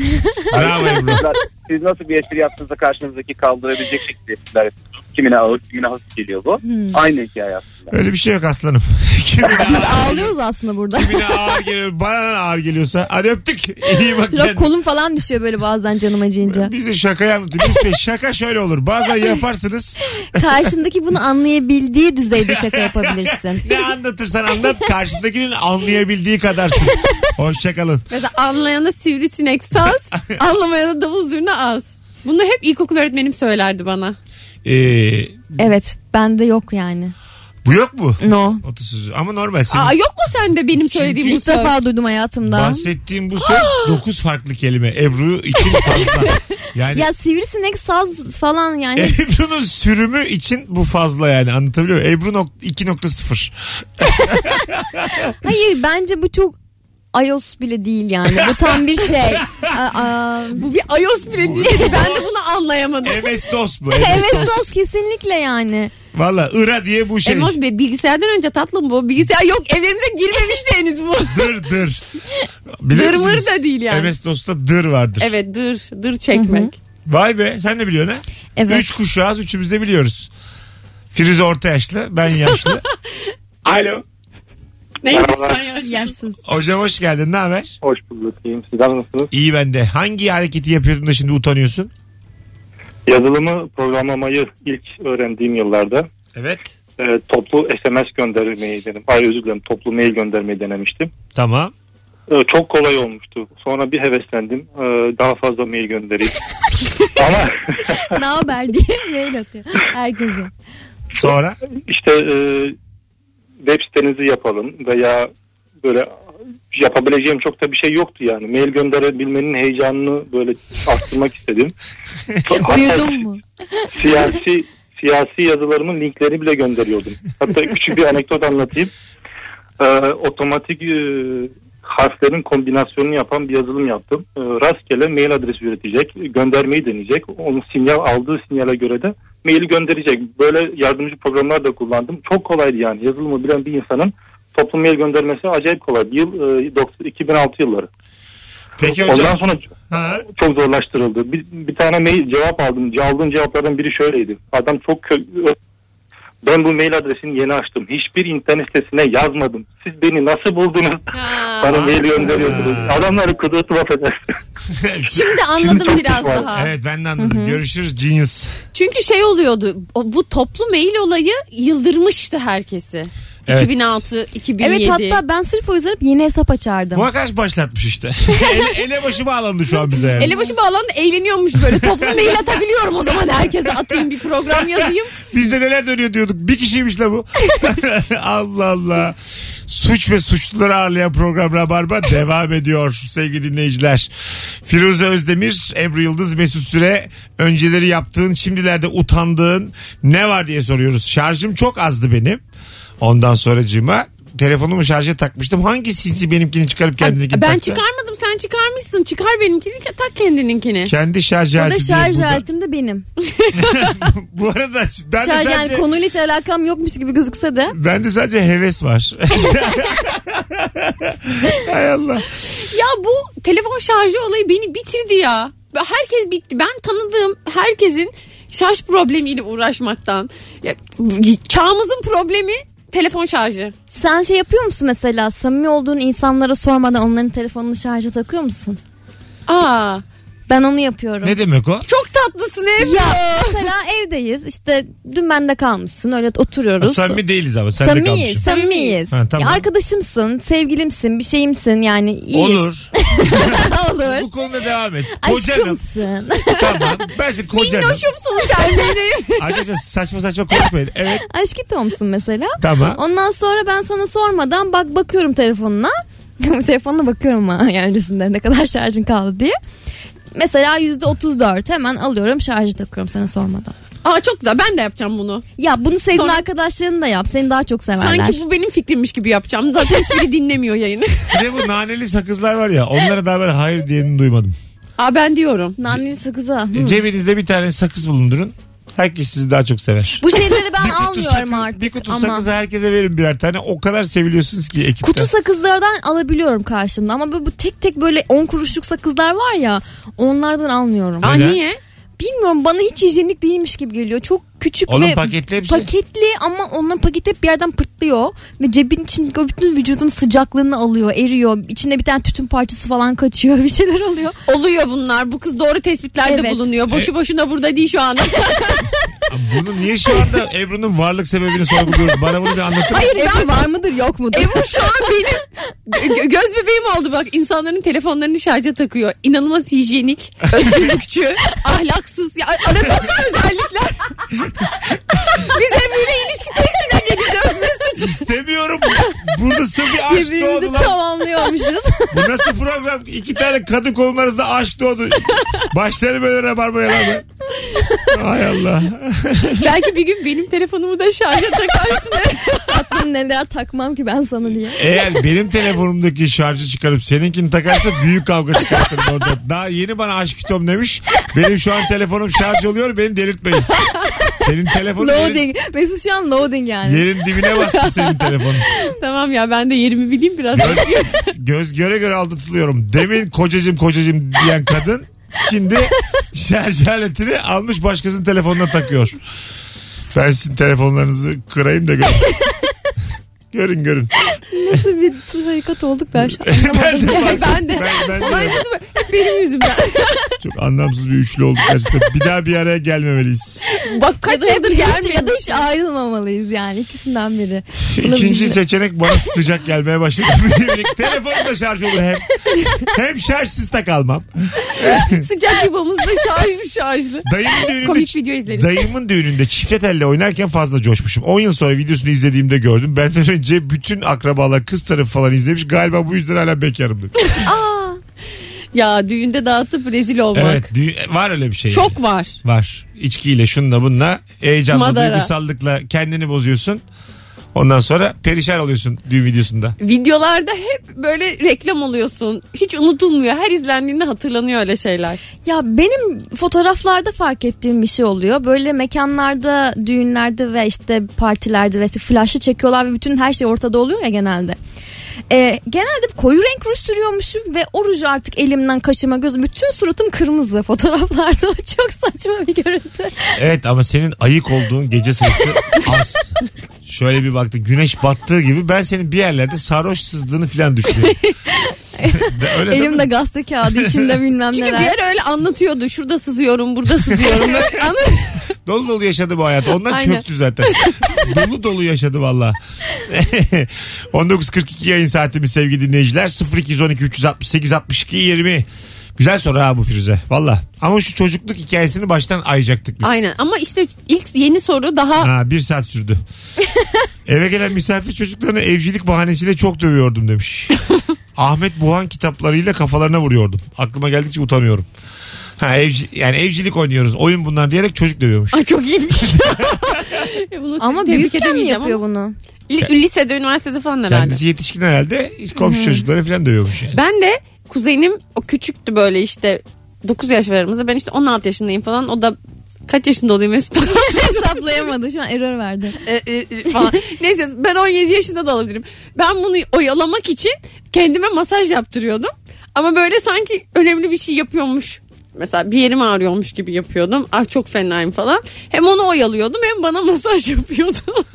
B: Bravo Ebru.
H: Siz nasıl bir espri yaptığınızda karşınızdaki kaldırabilecek şekilde espriler yapıyorsunuz. Kimine ağır, kimine hafif geliyor bu.
D: Hmm.
H: Aynı hikaye aslında.
B: Öyle bir şey yok aslanım. Kimine
D: Biz
B: ağır,
D: ağlıyoruz aslında burada.
B: kimine ağır geliyor. Bana da ağır geliyorsa. Hadi öptük. İyi bak
D: Yok
B: kendine.
D: kolum falan düşüyor böyle bazen canım acıyınca.
B: Bize şakayı anlatıyor. Biz de şaka şöyle olur. Bazen yaparsınız.
D: Karşındaki bunu anlayabildiği düzeyde şaka yapabilirsin.
B: Ne anlatırsan anlat. Karşındakinin anlayabildiği kadar. sus. Hoşçakalın.
C: mesela anlayana sivrisinek saz, anlamayana davul zurna az. Bunu hep ilkokul öğretmenim söylerdi bana.
B: Ee,
D: Evet bende yok yani.
B: bu yok mu?
D: No.
B: Atasözü. Ama normal. Senin
C: Aa, yok mu sende benim söylediğim bu
D: İlk
C: söz?
D: defa duydum hayatımda.
B: bahsettiğim bu söz 9 farklı kelime. Ebru için fazla. Yani
D: Ya sivrisinek saz falan yani.
B: Ebru'nun sürümü için bu fazla yani anlatabiliyor muyum? Ebru nok- 2.0.
D: Hayır bence bu çok ayos bile değil yani. Bu tam bir şey. Aa,
C: Bu bir ayos bile değil. Ben de bunu anlayamadım.
B: MS DOS bu. MS
D: evet
B: DOS.
D: dost kesinlikle yani.
B: Valla ıra diye bu şey.
C: Emos Bey bilgisayardan önce tatlım bu. Bilgisayar yok evlerimize girmemişti henüz bu.
B: Dır dır. Bilir
C: Dır mır
B: misiniz?
C: da değil yani.
B: MS DOS'ta dır vardır.
C: evet dır, dır çekmek.
B: Vay be sen de biliyorsun ha?
D: Evet.
B: Üç kuşağız üçümüz de biliyoruz. Firiz orta yaşlı ben yaşlı. Alo.
C: Neyse sen yaş-
D: Yersiz.
B: Hocam hoş geldin ne haber?
I: Hoş bulduk. İyiyim. Sizler nasılsınız?
B: İyi ben de. Hangi hareketi yapıyordun da şimdi utanıyorsun?
I: Yazılımı programlamayı ilk öğrendiğim yıllarda
B: Evet.
I: e, toplu SMS göndermeyi denedim. Ay özür dilerim toplu mail göndermeyi denemiştim.
B: Tamam.
I: E, çok kolay olmuştu. Sonra bir heveslendim. E, daha fazla mail göndereyim. Ama
D: ne haber diye mail atıyor herkese.
B: Sonra?
I: işte e, web sitenizi yapalım veya böyle yapabileceğim çok da bir şey yoktu yani. Mail gönderebilmenin heyecanını böyle arttırmak istedim.
D: Uyudun mu?
I: siyasi siyasi yazılarımın linklerini bile gönderiyordum. Hatta küçük bir anekdot anlatayım. Ee, otomatik e, harflerin kombinasyonunu yapan bir yazılım yaptım. Ee, rastgele mail adresi üretecek, göndermeyi deneyecek. Onun sinyal aldığı sinyale göre de maili gönderecek. Böyle yardımcı programlar da kullandım. Çok kolaydı yani yazılımı bilen bir insanın toplum mail göndermesi acayip kolay. Yıl e, 90 2006 yılları.
B: Peki
I: Ondan
B: hocam.
I: sonra
B: Ha?
I: çok zorlaştırıldı. Bir, bir tane mail cevap aldım. Aldığım cevaplardan biri şöyleydi. Adam çok kö- ben bu mail adresini yeni açtım. Hiçbir internet sitesine yazmadım. Siz beni nasıl buldunuz? Bana mail gönderiyorsunuz.
B: Ha.
I: Adamları kudurtu affedersin.
C: Şimdi anladım biraz daha.
B: evet ben de anladım. Görüşürüz genius.
C: Çünkü şey oluyordu. o- Bu toplu mail olayı yıldırmıştı herkesi.
B: Evet.
C: 2006, 2007.
D: Evet hatta ben sırf o yüzden hep yeni hesap açardım.
B: Bu arkadaş başlatmış işte. ele, ele başı bağlandı şu an bize. Yani.
C: Elebaşı bağlandı eğleniyormuş böyle. Toplu mail atabiliyorum o zaman herkese atayım bir program yazayım.
B: Bizde neler dönüyor diyorduk. Bir kişiymiş la bu. Allah Allah. Suç ve suçluları ağırlayan program Rabarba devam ediyor sevgili dinleyiciler. Firuze Özdemir, Ebru Yıldız, Mesut Süre önceleri yaptığın, şimdilerde utandığın ne var diye soruyoruz. Şarjım çok azdı benim. Ondan sonracığıma telefonumu şarja takmıştım. Hangi sinsi benimkini çıkarıp kendini
C: ben çıkarmadım sen çıkarmışsın. Çıkar benimkini tak kendininkini.
B: Kendi şarj
D: Ya da
B: aleti diye
D: şarj
B: burada-
D: aletim de benim.
B: Bu arada ben de
D: Şarj
B: sadece...
D: yani konuyla hiç alakam yokmuş gibi gözükse de.
B: Bende sadece heves var. Hay Allah.
C: Ya bu telefon şarjı olayı beni bitirdi ya. Herkes bitti. Ben tanıdığım herkesin şarj problemiyle uğraşmaktan. Ya, çağımızın problemi telefon şarjı.
D: Sen şey yapıyor musun mesela samimi olduğun insanlara sormadan onların telefonunu şarja takıyor musun?
C: Aa.
D: Ben onu yapıyorum.
B: Ne demek o?
C: Çok tatlısın ev.
D: Ya mesela evdeyiz işte dün bende kalmışsın öyle oturuyoruz.
B: Samimi değiliz ama sen de kalmışsın.
D: Samimiyiz, samimiyiz.
B: Ha, tamam.
D: Ya arkadaşımsın, sevgilimsin, bir şeyimsin yani iyiyiz.
B: Olur.
D: Olur.
B: Bu konuda devam et. Kocanım.
D: Aşkımsın.
B: tamam. Ben size kocanım.
D: Minnoşumsun sen benim.
B: Arkadaşlar saçma saçma konuşmayın. Evet.
D: Aşkitomsun mesela.
B: Tamam.
D: Ondan sonra ben sana sormadan bak bakıyorum telefonuna. Telefonuna bakıyorum ha yani öncesinde ne kadar şarjın kaldı diye. Mesela yüzde hemen alıyorum şarjı takıyorum sana sormadan.
C: Aa çok güzel. Ben de yapacağım bunu.
D: Ya bunu sevdiğin
C: Sonra-
D: arkadaşların da yap. Seni daha çok severler.
C: Sanki bu benim fikrimmiş gibi yapacağım. Zaten hiçbiri dinlemiyor yayını.
B: Bir de bu naneli sakızlar var ya. Onlara daha ben hayır diyeni duymadım.
C: Aa ben diyorum.
D: Naneli sakıza.
B: E, Cebinizde bir tane sakız bulundurun. Herkes sizi daha çok sever.
D: Bu şeyleri ben
B: bir kutu
D: almıyorum
B: sakız-
D: artık.
B: Bir kutu
D: ama.
B: sakızı herkese verin birer tane. O kadar seviliyorsunuz ki ekipte.
D: Kutu sakızlardan alabiliyorum karşımda ama böyle bu tek tek böyle 10 kuruşluk sakızlar var ya onlardan almıyorum.
C: Aa
B: Neden?
C: niye?
D: Bilmiyorum bana hiç hijyenik değilmiş gibi geliyor. Çok küçük
B: Oğlum
D: ve
B: paketli hepsi.
D: paketli ama onların paketi hep bir yerden pırtlıyor ve cebin içindeki o bütün vücudun sıcaklığını alıyor, eriyor. İçinde bir tane tütün parçası falan kaçıyor, bir şeyler oluyor.
C: Oluyor bunlar. Bu kız doğru tespitlerde
D: Evet.
C: bulunuyor. Boşu boşuna burada değil şu anda.
B: Bunu niye şu anda Ebru'nun varlık sebebini sorguluyoruz? Bana bunu bir anlatır mısın?
D: Hayır, Ebru var mıdır, yok mudur?
C: Ebru şu an benim gö- göz bebeğim oldu bak. İnsanların telefonlarını şarja takıyor. İnanılmaz hijyenik, özgürlükçü, ahlaksız. Ya, arada tüm özellikler. Biz Emre'yle ilişki testine geleceğiz Mesut.
B: İstemiyorum. Burada sırf bir aşk
D: Birbirimizi
B: doğdu lan.
D: tamamlıyormuşuz.
B: Bu nasıl program? İki tane kadın konularınızda aşk doğdu. Başları böyle rabarbaya lan. Hay Allah.
C: Belki bir gün benim telefonumu da şarja takarsın.
D: Aklım neler takmam ki ben sana diye.
B: Eğer benim telefonumdaki şarjı çıkarıp seninkini takarsa büyük kavga çıkartırım orada. Daha yeni bana aşk kitom demiş. Benim şu an telefonum şarj oluyor beni delirtmeyin. Senin telefonun yerin,
D: Loading. Mesut şu an loading yani.
B: yerin dibine bastı senin telefonun.
C: tamam ya ben de yerimi bileyim biraz.
B: Göz, göz göre göre aldatılıyorum. Demin kocacım kocacım diyen kadın şimdi şarj aletini almış başkasının telefonuna takıyor. Ben sizin telefonlarınızı kırayım da görün. görün görün.
D: Nasıl bir tarikat olduk ben şu an.
B: ben de,
C: Ben
B: farklı-
C: de.
B: Ben, ben de.
C: Anladın mı? Hep benim yüzümden.
B: Çok anlamsız bir üçlü olduk gerçekten. Bir daha bir araya gelmemeliyiz.
C: Bak kaç
D: Ya da
C: yıldır
D: hiç-
C: gelmiyor.
D: Ya da hiç ayrılmamalıyız yani ikisinden biri. Bunu
B: İkinci
D: bilmiyorum.
B: seçenek bana sıcak gelmeye başladı. Telefonum da şarj olur hem. Hem şarjsız da kalmam.
C: Sıcak yuvamızda şarjlı şarjlı.
B: Dayımın düğününde,
C: Komik video izleriz.
B: Dayımın düğününde çifte telle oynarken fazla coşmuşum. 10 yıl sonra videosunu izlediğimde gördüm. Benden önce bütün akrabalar kız tarafı falan izlemiş. Galiba bu yüzden hala bekarım dedi.
C: Ya düğünde dağıtıp rezil olmak.
B: Evet düğün- var öyle bir şey. yani.
C: Çok var.
B: Var. İçkiyle şunla bunla heyecanla
C: Madara.
B: duygusallıkla kendini bozuyorsun. Ondan sonra perişan oluyorsun düğün videosunda.
C: videolarda hep böyle reklam oluyorsun. Hiç unutulmuyor. Her izlendiğinde hatırlanıyor öyle şeyler.
D: Ya benim fotoğraflarda fark ettiğim bir şey oluyor. Böyle mekanlarda, düğünlerde ve işte partilerde ve flash'ı çekiyorlar ve bütün her şey ortada oluyor ya genelde. Ee, genelde koyu renk ruj sürüyormuşum ve o ruju artık elimden kaşıma gözüm bütün suratım kırmızı fotoğraflarda çok saçma bir görüntü.
B: Evet ama senin ayık olduğun gece sayısı az. Şöyle bir baktı güneş battığı gibi ben senin bir yerlerde sarhoş sızdığını falan düşünüyorum. Öyle değil mi?
D: Elimde gazete kağıdı içinde bilmem
C: Çünkü
D: neler.
C: bir ara öyle anlatıyordu. Şurada sızıyorum, burada sızıyorum. Böyle anı-
B: Dolu dolu yaşadı bu hayat. Ondan
D: Aynen.
B: çöktü zaten. dolu dolu yaşadı valla. 19.42 yayın saatimiz sevgili dinleyiciler. 0212 368 62 20. Güzel soru ha bu Firuze. Valla. Ama şu çocukluk hikayesini baştan ayacaktık biz.
C: Aynen ama işte ilk yeni soru daha
B: Ha, bir saat sürdü. Eve gelen misafir çocuklarını evcilik bahanesiyle çok dövüyordum demiş. Ahmet Buhan kitaplarıyla kafalarına vuruyordum. Aklıma geldikçe utanıyorum. Ha, evci, yani evcilik oynuyoruz. Oyun bunlar diyerek çocuk dövüyormuş.
C: Ay çok iyiymiş. Bunu
D: Ama
C: tebrik
D: büyükken mi
C: edemeyeceğim
D: yapıyor bunu?
C: ama li- lisede, üniversitede falan herhalde.
B: Kendisi yetişkin herhalde. Hiç komşu çocukları falan dövüyormuş yani.
C: Ben de kuzenim o küçüktü böyle işte 9 yaş var aramızda. Ben işte 16 yaşındayım falan. O da kaç yaşında oluyor Mesut?
D: Hesaplayamadı şu an error verdi.
C: E, e, e falan. Neyse ben 17 yaşında da alabilirim. Ben bunu oyalamak için kendime masaj yaptırıyordum. Ama böyle sanki önemli bir şey yapıyormuş. Mesela bir yerim ağrıyormuş gibi yapıyordum. Ah çok fenayım falan. Hem onu oyalıyordum hem bana masaj yapıyordu.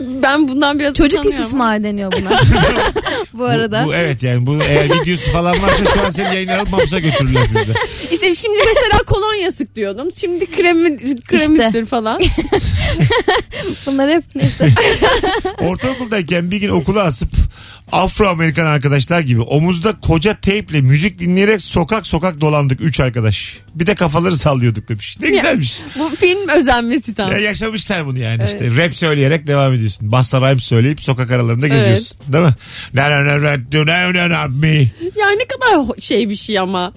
C: Ben bundan biraz
D: Çocuk
C: utanıyorum.
D: istismarı deniyor buna. bu arada.
B: Bu, bu evet yani bu eğer videosu falan varsa şu an seni yayın alıp mapusa götürürler bizde.
C: İşte şimdi mesela kolonya sık diyordum. Şimdi kremi, kremi
D: İşte.
C: sür falan.
D: Bunlar hep neyse.
B: Ortaokuldayken bir gün okula asıp Afro Amerikan arkadaşlar gibi omuzda koca teyple müzik dinleyerek sokak sokak dolandık üç arkadaş. Bir de kafaları sallıyorduk demiş. Ne güzelmiş.
C: Bu film özenmesi tam.
B: Ya yaşamışlar bunu yani işte. Rap söyleyerek devam ediyorsun. Basta rhyme söyleyip sokak aralarında geziyorsun. Değil mi? Na na na na do na na na me.
C: Ya ne kadar ho- şey bir şey ama.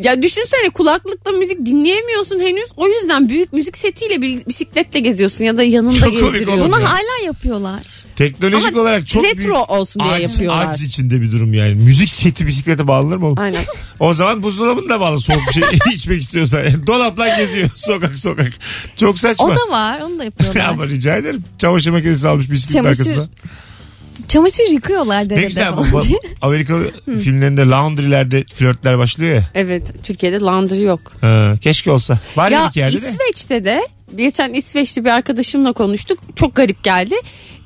C: Ya düşünsene kulaklıkla müzik dinleyemiyorsun henüz. O yüzden büyük müzik setiyle bil- bisikletle geziyorsun ya da yanında
B: Çok komik
C: gezdiriyorsun.
B: olur.
D: Bunu hala yapıyorlar.
B: Teknolojik
C: Ama
B: olarak çok
C: retro
B: büyük
C: olsun diye
B: aciz,
C: yapıyorlar.
B: aciz içinde bir durum yani. Müzik seti bisiklete bağlanır mı oğlum?
C: Aynen.
B: O zaman buzdolabını da bağlı soğuk bir şey içmek istiyorsan. Dolapla geziyor sokak sokak. Çok saçma.
D: O da var onu da yapıyorlar.
B: Ama rica ederim. Çamaşır makinesi almış bisiklet
D: Çamaşır-
B: arkasına.
D: Çamaşır yıkıyorlar
B: Ne
D: derede
B: güzel bu.
D: falan.
B: Ba- Amerikalı filmlerinde laundrylerde flörtler başlıyor ya.
C: Evet Türkiye'de laundry yok.
B: Ha, keşke olsa. Var ya
C: Ya
B: iki yerde de.
C: İsveç'te de geçen İsveçli bir arkadaşımla konuştuk. Çok garip geldi.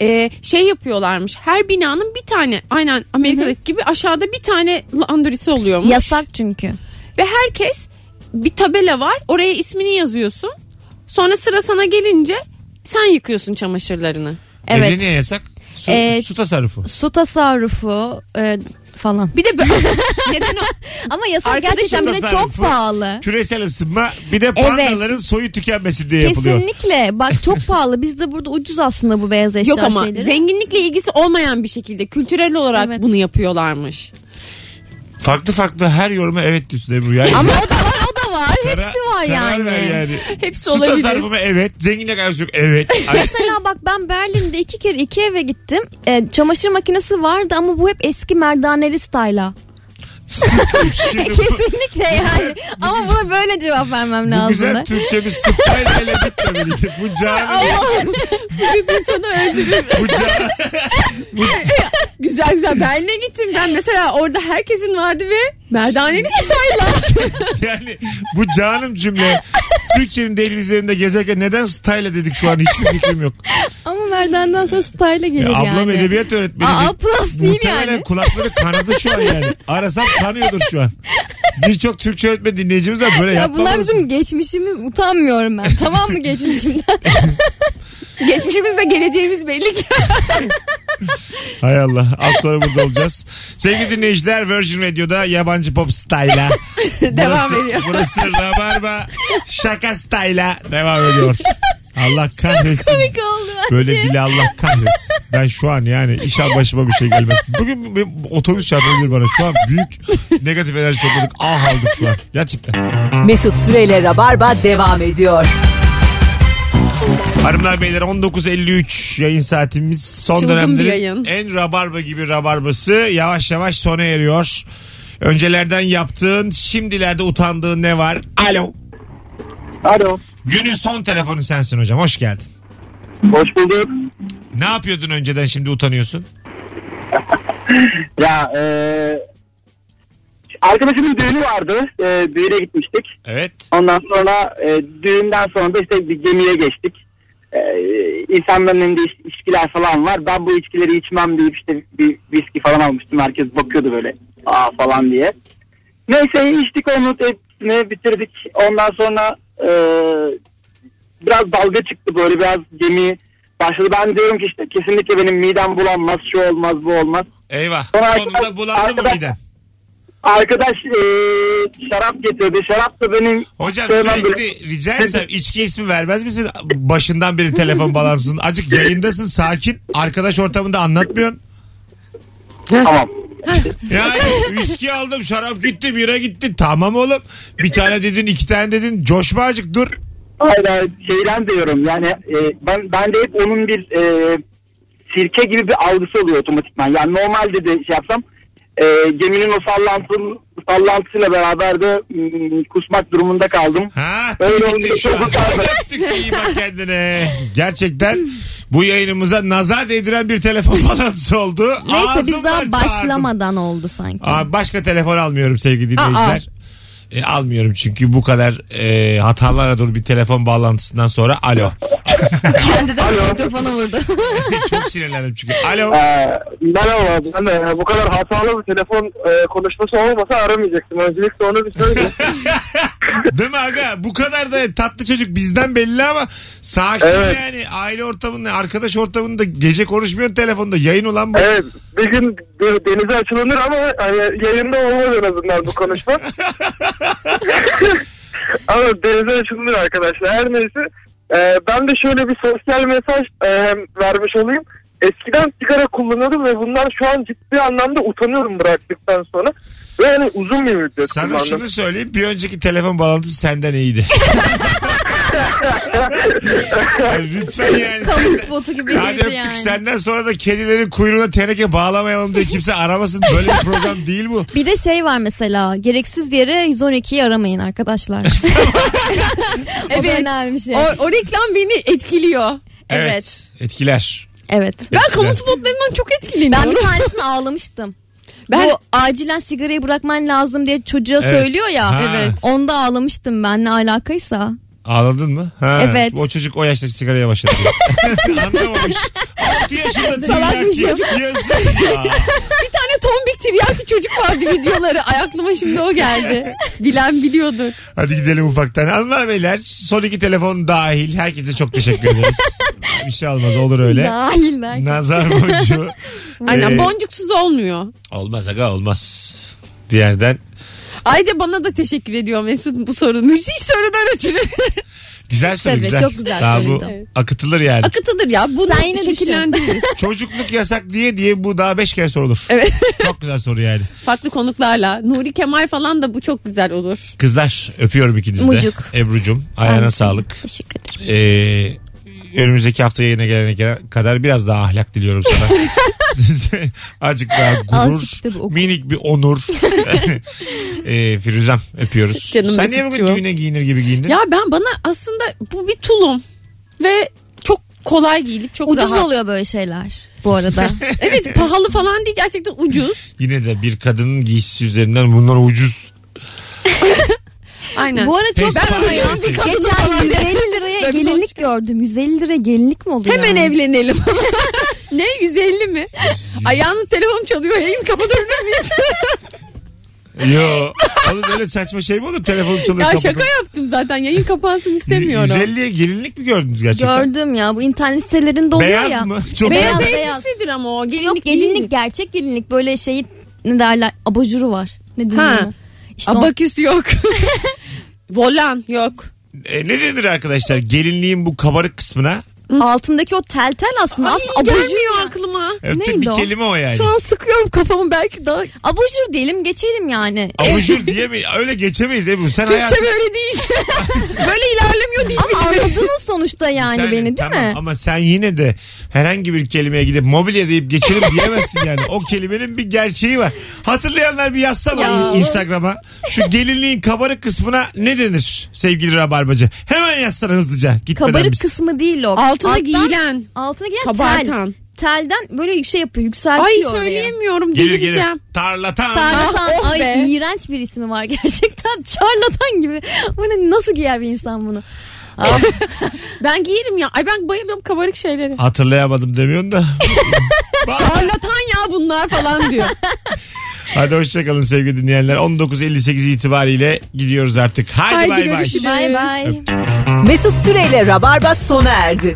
C: Ee, şey yapıyorlarmış. Her binanın bir tane aynen Amerika'daki gibi aşağıda bir tane laundry'si oluyormuş.
D: Yasak çünkü.
C: Ve herkes bir tabela var. Oraya ismini yazıyorsun. Sonra sıra sana gelince sen yıkıyorsun çamaşırlarını.
D: Evet.
B: Evde niye yasak? Su,
D: Ee,
B: su tasarrufu.
D: Su tasarrufu e, falan.
C: Bir de bö- neden o?
D: Ama yasak
C: Arkadaşım
D: gerçekten bir de çok
B: tasarrufu.
D: pahalı.
B: Küresel ısınma bir de pandaların soyu tükenmesi diye Şey yapılıyor.
D: Kesinlikle. Bak çok pahalı. Bizde burada ucuz aslında bu beyaz eşya
C: Yok ama
D: şeyleri.
C: zenginlikle ilgisi olmayan bir şekilde kültürel olarak
D: Evet.
C: bunu yapıyorlarmış.
B: Farklı farklı her yoruma evet diyorsun Ebru. Yani
D: Ama o da var, o da var. Hepsi
B: Karar-
D: var
B: karar
D: yani.
B: ver yani.
C: Hepsi
B: Su
C: olabilir.
B: tasarrufu mu? evet. Zenginle karşı yok. Evet. Ay,
D: Mesela bak ben Berlin'de iki kere iki eve gittim. E, çamaşır makinesi vardı ama bu hep eski merdaneli style'a. E,
B: sıkıyorum şimdi bu.
D: Kesinlikle yani. ama buna böyle cevap vermem
B: Bu
D: lazım.
B: güzel Türkçemiz süperle bitmemeli. Bu cami. bu cami.
C: Güzel güzel Berlin'e gittim ben mesela orada herkesin vardı ve merdaneli style'lar.
B: Yani bu canım cümle. Türkçenin denizlerinde gezerken neden style dedik şu an hiçbir fikrim yok.
D: Ama merdenden sonra style'a gelir
B: Ya
D: yani.
B: ablam edebiyat öğretmeni.
D: Aa, plus değil
B: Muhtemelen
D: yani.
B: kulakları kanadı şu an yani. Arasam kanıyordur şu an. Birçok Türkçe öğretmen dinleyicimiz var böyle
D: Ya bunlar
B: yapmamalısın.
D: bizim geçmişimiz. Utanmıyorum ben. Tamam mı geçmişimden?
C: Geçmişimiz ve geleceğimiz belli ki.
B: Hay Allah. Az sonra burada olacağız. Sevgili dinleyiciler Virgin Radio'da yabancı pop style'a.
C: Devam
B: Burası-
C: ediyor.
B: Burası Rabarba şaka style'a devam ediyor. Allah kahretsin.
D: oldu
B: Böyle dili Allah kahretsin. Ben şu an yani inşallah başıma bir şey gelmez. Bugün bir otobüs çarpabilir bana. Şu an büyük negatif enerji topladık. Ah aldık şu an. Gerçekten.
A: Mesut Süreyle Rabarba devam ediyor.
B: Hanımlar beyler 19.53 yayın saatimiz son
C: Çılgın
B: dönemde
C: bir yayın.
B: en rabarba gibi rabarbası yavaş yavaş sona eriyor. Öncelerden yaptığın şimdilerde utandığın ne var? Alo.
E: Alo.
B: Günün son telefonu sensin hocam hoş geldin.
E: Hoş bulduk.
B: Ne yapıyordun önceden şimdi utanıyorsun?
E: Ya e, arkadaşımın düğünü vardı. E, düğüne gitmiştik.
B: Evet.
E: Ondan sonra e, düğünden sonra da işte bir gemiye geçtik. E, insanların önünde iç- içkiler falan var. Ben bu içkileri içmem deyip işte bir viski falan almıştım. Herkes bakıyordu böyle aa falan diye. Neyse içtik onu hepsini bitirdik. Ondan sonra e, biraz dalga çıktı böyle biraz gemi başladı. Ben diyorum ki işte kesinlikle benim midem bulanmaz, şu olmaz, bu olmaz.
B: Eyvah.
E: Sonra
B: Sonunda
E: arkadaş-
B: bulandı mı
E: arkadaş-
B: miden?
E: Arkadaş e, şarap getirdi. Şarap da benim
B: Hocam
E: sevmem
B: sürekli rica etsem içki ismi vermez misin? Başından beri telefon balansın. Acık yayındasın sakin. Arkadaş ortamında anlatmıyorsun.
E: Tamam.
B: Yani viski aldım şarap gitti bira gitti. Tamam oğlum. Bir tane dedin iki tane dedin. Coşma acık dur.
E: Hayır hayır, şeyden diyorum yani e, ben ben de hep onun bir e, sirke gibi bir algısı oluyor otomatikman. Yani normalde de şey yapsam e, geminin o sallantın, sallantısıyla beraber de mm, kusmak durumunda kaldım.
B: Ha,
E: Öyle
B: tüy
E: olunca
B: bitti şu
E: çok
B: an.
E: utandım.
B: Öptük de iyi bak kendine. Gerçekten bu yayınımıza nazar değdiren bir telefon balansı oldu.
D: Neyse biz
B: Ağzımdan
D: daha
B: çağırdım.
D: başlamadan oldu sanki.
B: Aa, başka telefon almıyorum sevgili dinleyiciler. E, almıyorum çünkü bu kadar e, hatalara doğru bir telefon bağlantısından sonra alo.
D: Kendi de mikrofonu vurdu.
B: Çok sinirlendim çünkü. Alo.
E: Ee, merhaba ben e, bu kadar hatalı bir telefon e, konuşması olmasa aramayacaktım. Öncelikle onu bir söyleyeyim.
B: Değil mi aga? Bu kadar da tatlı çocuk bizden belli ama sakin
E: Evet.
B: yani. Aile ortamında, arkadaş ortamında gece konuşmuyorsun telefonda. Yayın olan bu.
E: evet bir gün böyle denize açılınır ama hani, yayında olmaz en azından bu konuşma. ama denize açılınır arkadaşlar her neyse. E, ben de şöyle bir sosyal mesaj e, vermiş olayım. Eskiden sigara kullanıyordum ve bundan şu an ciddi anlamda utanıyorum bıraktıktan sonra. Ve yani uzun bir müddet
B: Sana
E: kullandım.
B: şunu söyleyeyim. Bir önceki telefon bağlantısı senden iyiydi. Yani lütfen yani.
D: Kamu spotu gibi
B: Hadi
D: girdi
B: öptük
D: yani.
B: senden sonra da kedilerin kuyruğuna teneke bağlamayalım diye kimse aramasın. Böyle bir program değil bu.
D: Bir de şey var mesela gereksiz yere 112'yi aramayın arkadaşlar. evet. O da
C: Evet.
D: önemli bir şey.
C: O, o reklam beni etkiliyor.
B: Evet.
D: Evet.
B: Etkiler.
D: evet.
C: Ben kamu
B: Etkiler.
C: spotlarından çok
D: Ben
C: etkileniyorum.
D: bir tanesini ağlamıştım.
C: Ben-
D: Bu acilen sigarayı bırakman lazım diye çocuğa
B: Evet.
D: söylüyor ya.
B: Ha. Evet.
D: Onda ağlamıştım ben ne alakaysa.
B: Ağladın mı? Ha,
D: Evet.
B: O çocuk o yaşta sigaraya başladı. Anlamamış. 6 yaşında tiryaki. Yazık ya.
C: Bir tane tombik tiryaki çocuk vardı videoları. Ay aklıma şimdi o geldi. Bilen biliyordur.
B: Hadi gidelim ufaktan. Hanımlar beyler son iki telefon dahil. Herkese çok teşekkür ederiz. Bir şey olmaz olur öyle.
D: Dahil belki.
B: Nazar boncuğu.
C: Aynen
B: Ee,
C: boncuksuz olmuyor.
B: Olmaz aga olmaz. Bir yerden.
C: Ayrıca bana da teşekkür ediyor Mesut bu sorunun. Hiç sorudan ötürü.
B: Güzel soru
D: Tabii,
B: güzel.
D: çok güzel
B: Daha bu
D: soruydu.
B: akıtılır yani.
C: Akıtıdır ya. Bunu
D: Sen yine düşün.
C: şekillendiririz.
B: Çocukluk yasak diye diye bu daha beş kere sorulur.
C: Evet.
B: Çok güzel soru yani.
C: Farklı konuklarla. Nuri Kemal falan da bu çok güzel olur.
B: Kızlar öpüyorum ikinizde.
D: Mucuk.
B: Ebru'cum ayağına
D: Ben-
B: sağlık.
D: Teşekkür ederim.
B: Ee, önümüzdeki hafta yayına gelene kadar biraz daha ahlak diliyorum sana. Size Azıcık daha
D: Az
B: gurur,
D: çıktı bu okul.
B: minik bir onur. ee, Firuzem öpüyoruz.
C: Canım
B: Sen niye bugün
C: Mesutcuğum.
B: düğüne giyinir gibi giyindin?
C: Ya ben bana aslında bu bir tulum. Ve çok kolay giyilip çok
D: Ucuz
C: rahat.
D: oluyor böyle şeyler bu arada.
C: Evet pahalı falan değil gerçekten ucuz.
B: Yine de bir kadının giysisi üzerinden bunlar ucuz.
C: Aynen.
D: bu ara çok
B: Ben
D: sorun ya.
B: arıyorum bir
C: kadın
D: Geçen
C: falan
D: 150 liraya
C: Böyle bir
D: gelinlik gördüm. 150 liraya gelinlik mi oldu
C: Hemen
D: yani?
C: evlenelim. ne 150 mi? Ay yalnız telefonum çalıyor. Yayın kapatabilir miyiz?
B: Yo. Oğlum öyle saçma şey mi olur? Telefonum çalıyor.
C: ya
B: kapatın.
C: şaka yaptım zaten. Yayın kapansın istemiyorum.
B: 150'ye gelinlik mi gördünüz gerçekten?
D: Gördüm ya bu internet sitelerinde oluyor
B: Beyaz
D: ya.
B: mı? Çok
D: Beyaz,
C: Beyaz
D: beyaz.
C: elbisidir ama o. Gelinlik
D: Yok
C: değil.
D: gelinlik gerçek gelinlik böyle şeyi ne derler abajuru var. Ne denir
C: Ha.
D: ona? İşte o-
C: Abaküs yok. Volan yok.
B: E, ne denir arkadaşlar? Gelinliğin bu kabarık kısmına.
D: altındaki o tel tel aslında.
C: Ay,
D: aslında abajur
C: gelmiyor
D: yani.
C: aklıma.
B: Öptük
D: Neydi
B: E, bir
D: o?
B: kelime o yani.
C: Şu an sıkıyorum kafamı belki daha.
D: Abajur diyelim geçelim yani.
B: Abajur diyemeyiz. Öyle geçemeyiz Ebru. Sen
C: Türkçe
B: hayatın...
C: böyle değil. böyle ilerlemiyor değil
D: Ama
C: mi?
D: anladınız sonuçta yani
B: Sen-
D: beni değil
B: tamam,
D: mi?
B: Ama sen yine de herhangi bir kelimeye gidip mobilya deyip geçelim diyemezsin yani. O kelimenin bir gerçeği var. Hatırlayanlar bir yazsa bana
C: Ya.
B: Instagram'a. Şu gelinliğin kabarık kısmına ne denir sevgili Rabarbacı? Hemen yazsana hızlıca gitmeden
D: Kabarık
B: biz.
D: kısmı değil o.
C: Altına
D: Alttan-
C: giyilen.
D: Altına giyilen
C: Kabartan.
D: tel. Telden böyle şey yapıyor yükseltiyor
C: Ay
D: oraya.
C: söyleyemiyorum.
B: Gelir gelir.
C: Delireceğim.
B: Tarlatan.
D: Tarlatan.
C: Ah, oh
D: Ay
C: be.
D: iğrenç bir ismi var gerçekten. Çarlatan gibi. Bu ne nasıl giyer bir insan bunu? Ah,
C: Ben giyerim ya. Ay ben bayılıyorum kabarık şeyleri.
B: Hatırlayamadım demiyorsun da.
C: Parlatan ya bunlar falan diyor.
B: Hadi hoşçakalın sevgili dinleyenler. 19.58 itibariyle gidiyoruz artık. Hadi,
C: Haydi
B: bay bay.
C: görüşürüz.
D: bye bye.
A: Mesut Süreyle Rabarba sona erdi.